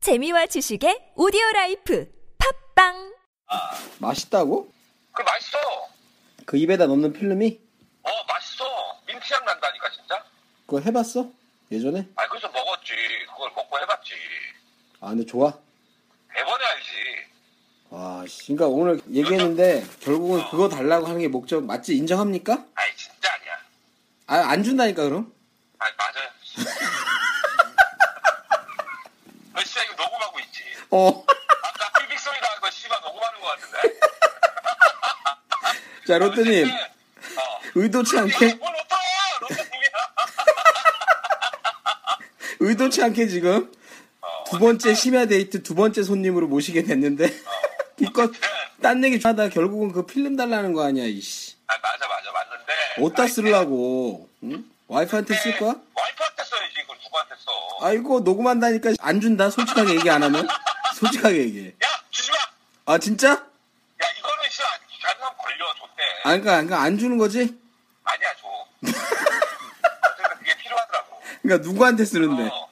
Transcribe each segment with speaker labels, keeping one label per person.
Speaker 1: 재미와 지식의 오디오 라이프 팝빵!
Speaker 2: 맛있다고?
Speaker 3: 그 맛있어.
Speaker 2: 그 입에다 넣는 필름이?
Speaker 3: 어 맛있어. 민트향 난다니까 진짜.
Speaker 2: 그거 해봤어? 예전에?
Speaker 3: 아 그래서 먹었지. 그걸 먹고 해봤지.
Speaker 2: 아 근데 좋아
Speaker 3: 대번에 알지.
Speaker 2: 와 씨, 그러니까 오늘 얘기했는데 결국은 그거 달라고 하는 게 목적 맞지? 인정합니까?
Speaker 3: 아니 진짜 아니야.
Speaker 2: 아 안 준다니까 그럼?
Speaker 3: 아니 맞아요. 너 진짜 이거 녹음하고 있지.
Speaker 2: 어
Speaker 3: 아까 삐빅 소리 나는 거 씨발 녹음하는 거 같은데.
Speaker 2: 자, 로또님,
Speaker 3: 어.
Speaker 2: 의도치
Speaker 3: 이게
Speaker 2: 않게,
Speaker 3: 뭘 로또! 로또님이야.
Speaker 2: 의도치 않게 지금 두 번째 심야 데이트 두 번째 손님으로 모시게 됐는데, 이껏 딴 얘기 하다 결국은 그 필름 달라는 거 아니야, 이씨.
Speaker 3: 아 맞아 맞아 맞는데.
Speaker 2: 어디다
Speaker 3: 아니,
Speaker 2: 쓰려고, 응? 와이프한테 쓸 거야?
Speaker 3: 와이프한테 써야지. 그걸 누구한테 써?
Speaker 2: 아이고, 녹음한다니까 안 준다? 솔직하게 얘기 안 하면? 솔직하게 얘기해.
Speaker 3: 야 주지 마. 야
Speaker 2: 아, 진짜?
Speaker 3: 이거는 진짜 가능하면 걸려 좋대.
Speaker 2: 아, 그러니까, 그러니까 안 주는 거지?
Speaker 3: 아니야 줘. 어쨌든 그게 필요하더라고.
Speaker 2: 그러니까 누구한테 쓰는데?
Speaker 3: 어.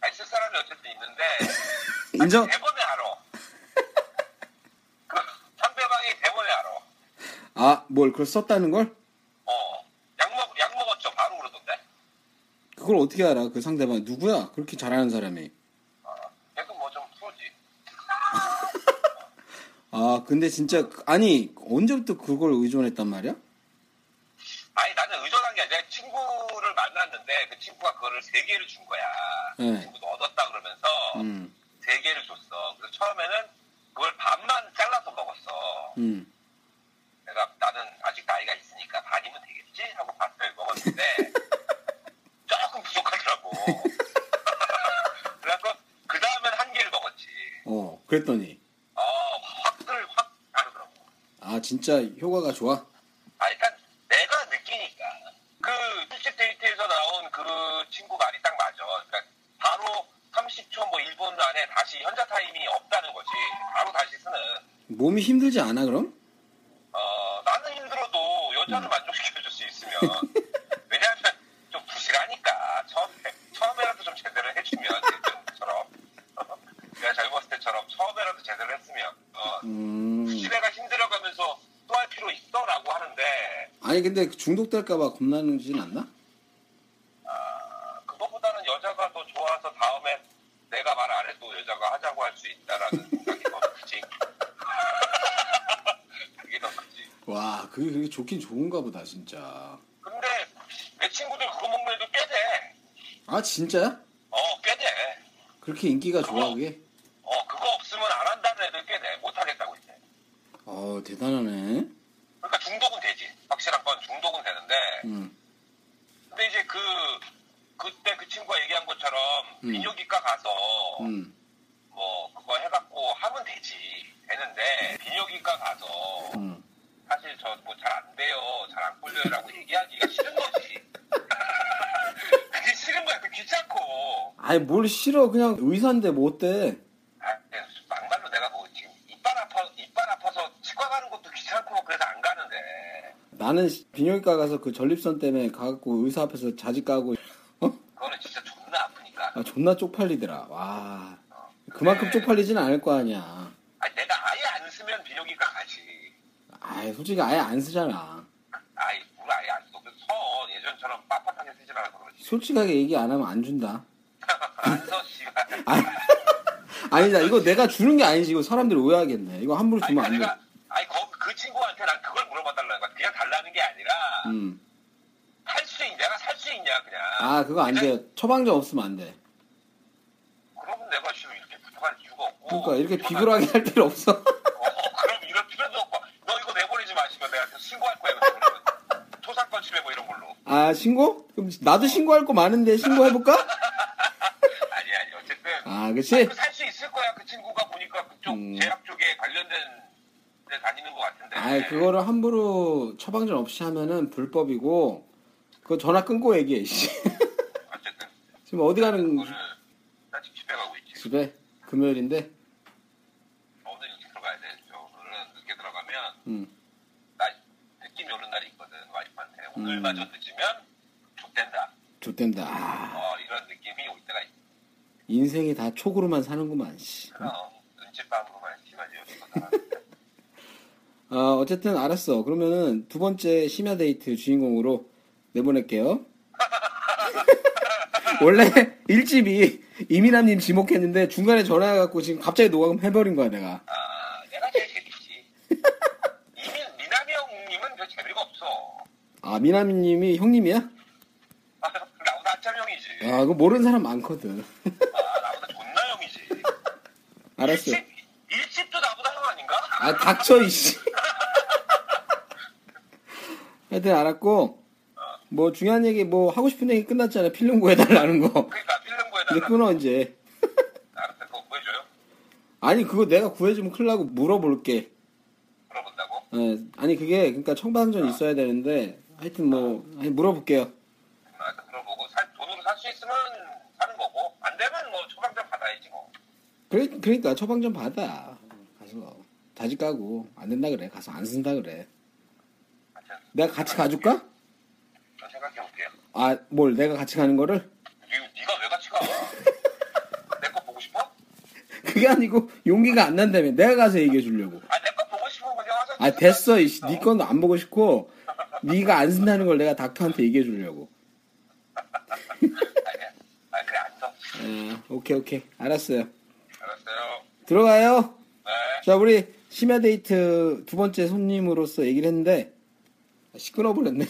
Speaker 3: 아니 쓸 사람이 어쨌든 있는데
Speaker 2: 인정?
Speaker 3: 대본에 알아. 그 상대방이 대본에 알아.
Speaker 2: 아, 뭘 그걸 썼다는 걸?
Speaker 3: 어. 약 먹, 약 먹었죠. 바로 그러던데.
Speaker 2: 그걸 어떻게 알아? 그 상대방 누구야? 그렇게 잘하는 사람이.
Speaker 3: 계속 뭐 좀 풀지.
Speaker 2: 아, 근데 진짜 그- 아니 언제부터 그걸 의존했단 말이야?
Speaker 3: 아니 나는 의존한 게 아니라 친구를 만났는데 그 친구가 그거를 세 개를 준 거야.
Speaker 2: 네.
Speaker 3: 그 친구도 얻었다 그러면서
Speaker 2: 음,
Speaker 3: 세 개를 줬어. 그래서 처음에는 그걸 반만 잘라서 먹었어.
Speaker 2: 음,
Speaker 3: 내가 나는 아직 나이가 있으니까 반이면 되겠지 하고 밥을 먹었는데 조금 부족하더라고. 그래서 그 다음엔 한 개를 먹었지.
Speaker 2: 어, 그랬더니
Speaker 3: 어 확들 확 다르더라고.
Speaker 2: 아 진짜 효과가 좋아.
Speaker 3: 아 일단 내가 느끼니까 그 술집 데이트에서 나온 그 친구 말이 딱 맞아. 그러니까 바로 30초 뭐 1분 안에 다시 현자 타임이 없다는 거지. 바로 다시 쓰는.
Speaker 2: 몸이 힘들지 않아 그럼?
Speaker 3: 어, 나는 힘들어도 여자를 만족시켜줄 수 있으면. 왜냐하면 좀 부실하니까. 처음에, 처음에라도 좀 제대로 해주면. 예전처럼. 내가 젊었을 때처럼 처음에라도 제대로 했으면. 어,
Speaker 2: 음,
Speaker 3: 부실해가 힘들어가면서 또 할 필요 있어? 라고 하는데,
Speaker 2: 아니 근데 중독될까봐 겁나는진 않나?
Speaker 3: 아, 그거보다는 여자가 더 좋아서 다음에 내가 말 안 해도 여자가 하자고 할 수 있다라는 생각이 더 크지. 그게 더 크지.
Speaker 2: 와, 그게 그게 좋긴 좋은가 보다 진짜.
Speaker 3: 근데 내 친구들 그거 먹는 애도 꽤 돼.
Speaker 2: 아 진짜야?
Speaker 3: 어, 꽤 돼.
Speaker 2: 그렇게 인기가 좋아 그게?
Speaker 3: 어, 그거 없으면 안 한다는 애들 꽤 돼. 못 하겠다고 이제.
Speaker 2: 어 대단하네.
Speaker 3: 그러니까 중독은 되지. 확실한 건 중독은 되는데.
Speaker 2: 음,
Speaker 3: 근데 이제 그, 그때 그 친구가 얘기한 것처럼
Speaker 2: 음.
Speaker 3: 비뇨기과 가서
Speaker 2: 음,
Speaker 3: 뭐 그거 해갖고 하면 되지. 되는데 비뇨기과 가서
Speaker 2: 음.
Speaker 3: 사실 저 뭐 잘 안 돼요. 잘 안 꼴려요라고 얘기하기가 싫은 거지. 그게 싫은 거야. 그 귀찮고.
Speaker 2: 아니 뭘 싫어 그냥 의사인데 뭐 어때?
Speaker 3: 아, 근데 막말로 내가 뭐 지금 이빨 아파, 이빨 아파서 치과 가는 것도 귀찮고 그래서 안 가는데.
Speaker 2: 나는 비뇨기과 가서 그 전립선 때문에 가갖고 의사 앞에서 자지 까고 어?
Speaker 3: 그거는 진짜 존나 아프니까. 네.
Speaker 2: 아, 존나 쪽팔리더라. 와. 그만큼 쪽팔리진 않을 거 아니야.
Speaker 3: 아니, 내가 아예 안 쓰면 비뇨기과 가지.
Speaker 2: 아이, 솔직히 아예 안 쓰잖아.
Speaker 3: 아이, 물 아예 안 써. 그래서 서. 예전처럼 빳빳하게 쓰지 말아서 그러지.
Speaker 2: 솔직하게 얘기 안 하면 안 준다.
Speaker 3: 안 써, 씨발.
Speaker 2: 아니, 아니다. 이거 내가 주는 게 아니지. 이거 사람들이 오해하겠네. 이거 함부로
Speaker 3: 아니,
Speaker 2: 주면 안 돼.
Speaker 3: 내가, 아니, 거, 그 친구한테 난 그걸 물어봐달라는 거야. 그냥 달라는 게 아니라,
Speaker 2: 음.
Speaker 3: 살 수 있냐? 가 살 수 있냐, 그냥.
Speaker 2: 아, 그거 안 돼. 처방전 없으면 안 돼.
Speaker 3: 그러면 내가 지금 이렇게 부탁할 이유가 없고.
Speaker 2: 그러니까 이렇게
Speaker 3: 이거나-
Speaker 2: 비굴하게 할 필요 없어.
Speaker 3: 어, 그럼 이럴 필요도 없고. 너 이거 내보내지 마시면 내가 신고할 거야. 이거 내보내면. 토사건 침해 뭐 이런 걸로.
Speaker 2: 아, 신고? 그럼 나도 신고할 거 많은데 신고해볼까?
Speaker 3: 아니, 아니, 어쨌든.
Speaker 2: 아, 그치?
Speaker 3: 살 수 있을 거야 그 친구가 보니까 그쪽
Speaker 2: 음.
Speaker 3: 제약 쪽에 관련된 데 다니는 것 같은데.
Speaker 2: 아이 그거를 함부로 처방전 없이 하면은 불법이고 그거 전화 끊고 얘기해 씨.
Speaker 3: 어쨌든
Speaker 2: 지금 어디 가는
Speaker 3: 그거를 나 지금 집에 가고 있지.
Speaker 2: 집에 금요일인데
Speaker 3: 오늘 일찍 들어가야 돼. 저 오늘은 늦게 들어가면
Speaker 2: 음. 음.
Speaker 3: 나 느낌이 오는 날이 있거든 와이프한테. 오늘마저 늦으면 족된다.
Speaker 2: 좋댄다 아,
Speaker 3: 어 이런 느낌이 올 때가 있.
Speaker 2: 인생이 다 촉으로만 사는구만 씨.
Speaker 3: 어, 눈치빵으로만 심하지 요즘보다.
Speaker 2: 아 어쨌든 알았어. 그러면은 두 번째 심야 데이트 주인공으로 내보낼게요. 원래 1집이 이민아님 지목했는데 중간에 전화해갖고 지금 갑자기 녹음해버린 거야 내가.
Speaker 3: 아, 내가 제일 재밌지. 이미 미남이 형님은 별 재미가 없어.
Speaker 2: 아 미나미님이 형님이야?
Speaker 3: 아, 나보다 한참 형이지.
Speaker 2: 아 그거 모르는 사람 많거든.
Speaker 3: 아, 나보다 존나 형이지.
Speaker 2: 어? 알았어.
Speaker 3: 일집, 일집도 나보다 형 아닌가?
Speaker 2: 아 닥쳐 이씨. 하여튼 알았고 뭐 중요한 얘기 뭐 하고 싶은 얘기 끝났잖아. 필름 구해달라는 거.
Speaker 3: 그러니까 필름
Speaker 2: 이제
Speaker 3: 구해달라.
Speaker 2: 끊어 이제. 네.
Speaker 3: 알았어, 그거 구해줘요.
Speaker 2: 아니 그거 내가 구해주면 큰일 나고 물어볼게.
Speaker 3: 물어본다고.
Speaker 2: 예, 아니 그게 그러니까 청방전 있어야 되는데 하여튼 뭐 아니 물어볼게요.
Speaker 3: 나한테 물어보고 살, 돈으로 살 수 있으면 사는 거고 안 되면 뭐 처방전 받아야지 뭐.
Speaker 2: 그래, 그러니까 처방전 받아 가서 자지 까고 안 된다 그래 가서 안 쓴다 그래.
Speaker 3: 하여튼
Speaker 2: 내가 같이 가줄까?
Speaker 3: 저 생각해볼게요.
Speaker 2: 아 뭘 내가 같이 가는 거를?
Speaker 3: 니, 니가 왜 같이 가? 내 거 보고 싶어?
Speaker 2: 그게 아니고 용기가 안 난다며 내가 가서 얘기해 주려고.
Speaker 3: 아, 내 거 보고 싶으면 그냥 하자.
Speaker 2: 아 됐어 이씨 네 건도 안 보고 싶고 네가 안 쓴다는 걸 내가 닥터한테 얘기해 주려고.
Speaker 3: 아니야. 아, 그래, 안 써.
Speaker 2: 아, 오케이 오케이 알았어요.
Speaker 3: 알았어요.
Speaker 2: 들어가요.
Speaker 3: 네.
Speaker 2: 자 우리 심야 데이트 두 번째 손님으로서 얘기를 했는데 시끄러워 버렸네.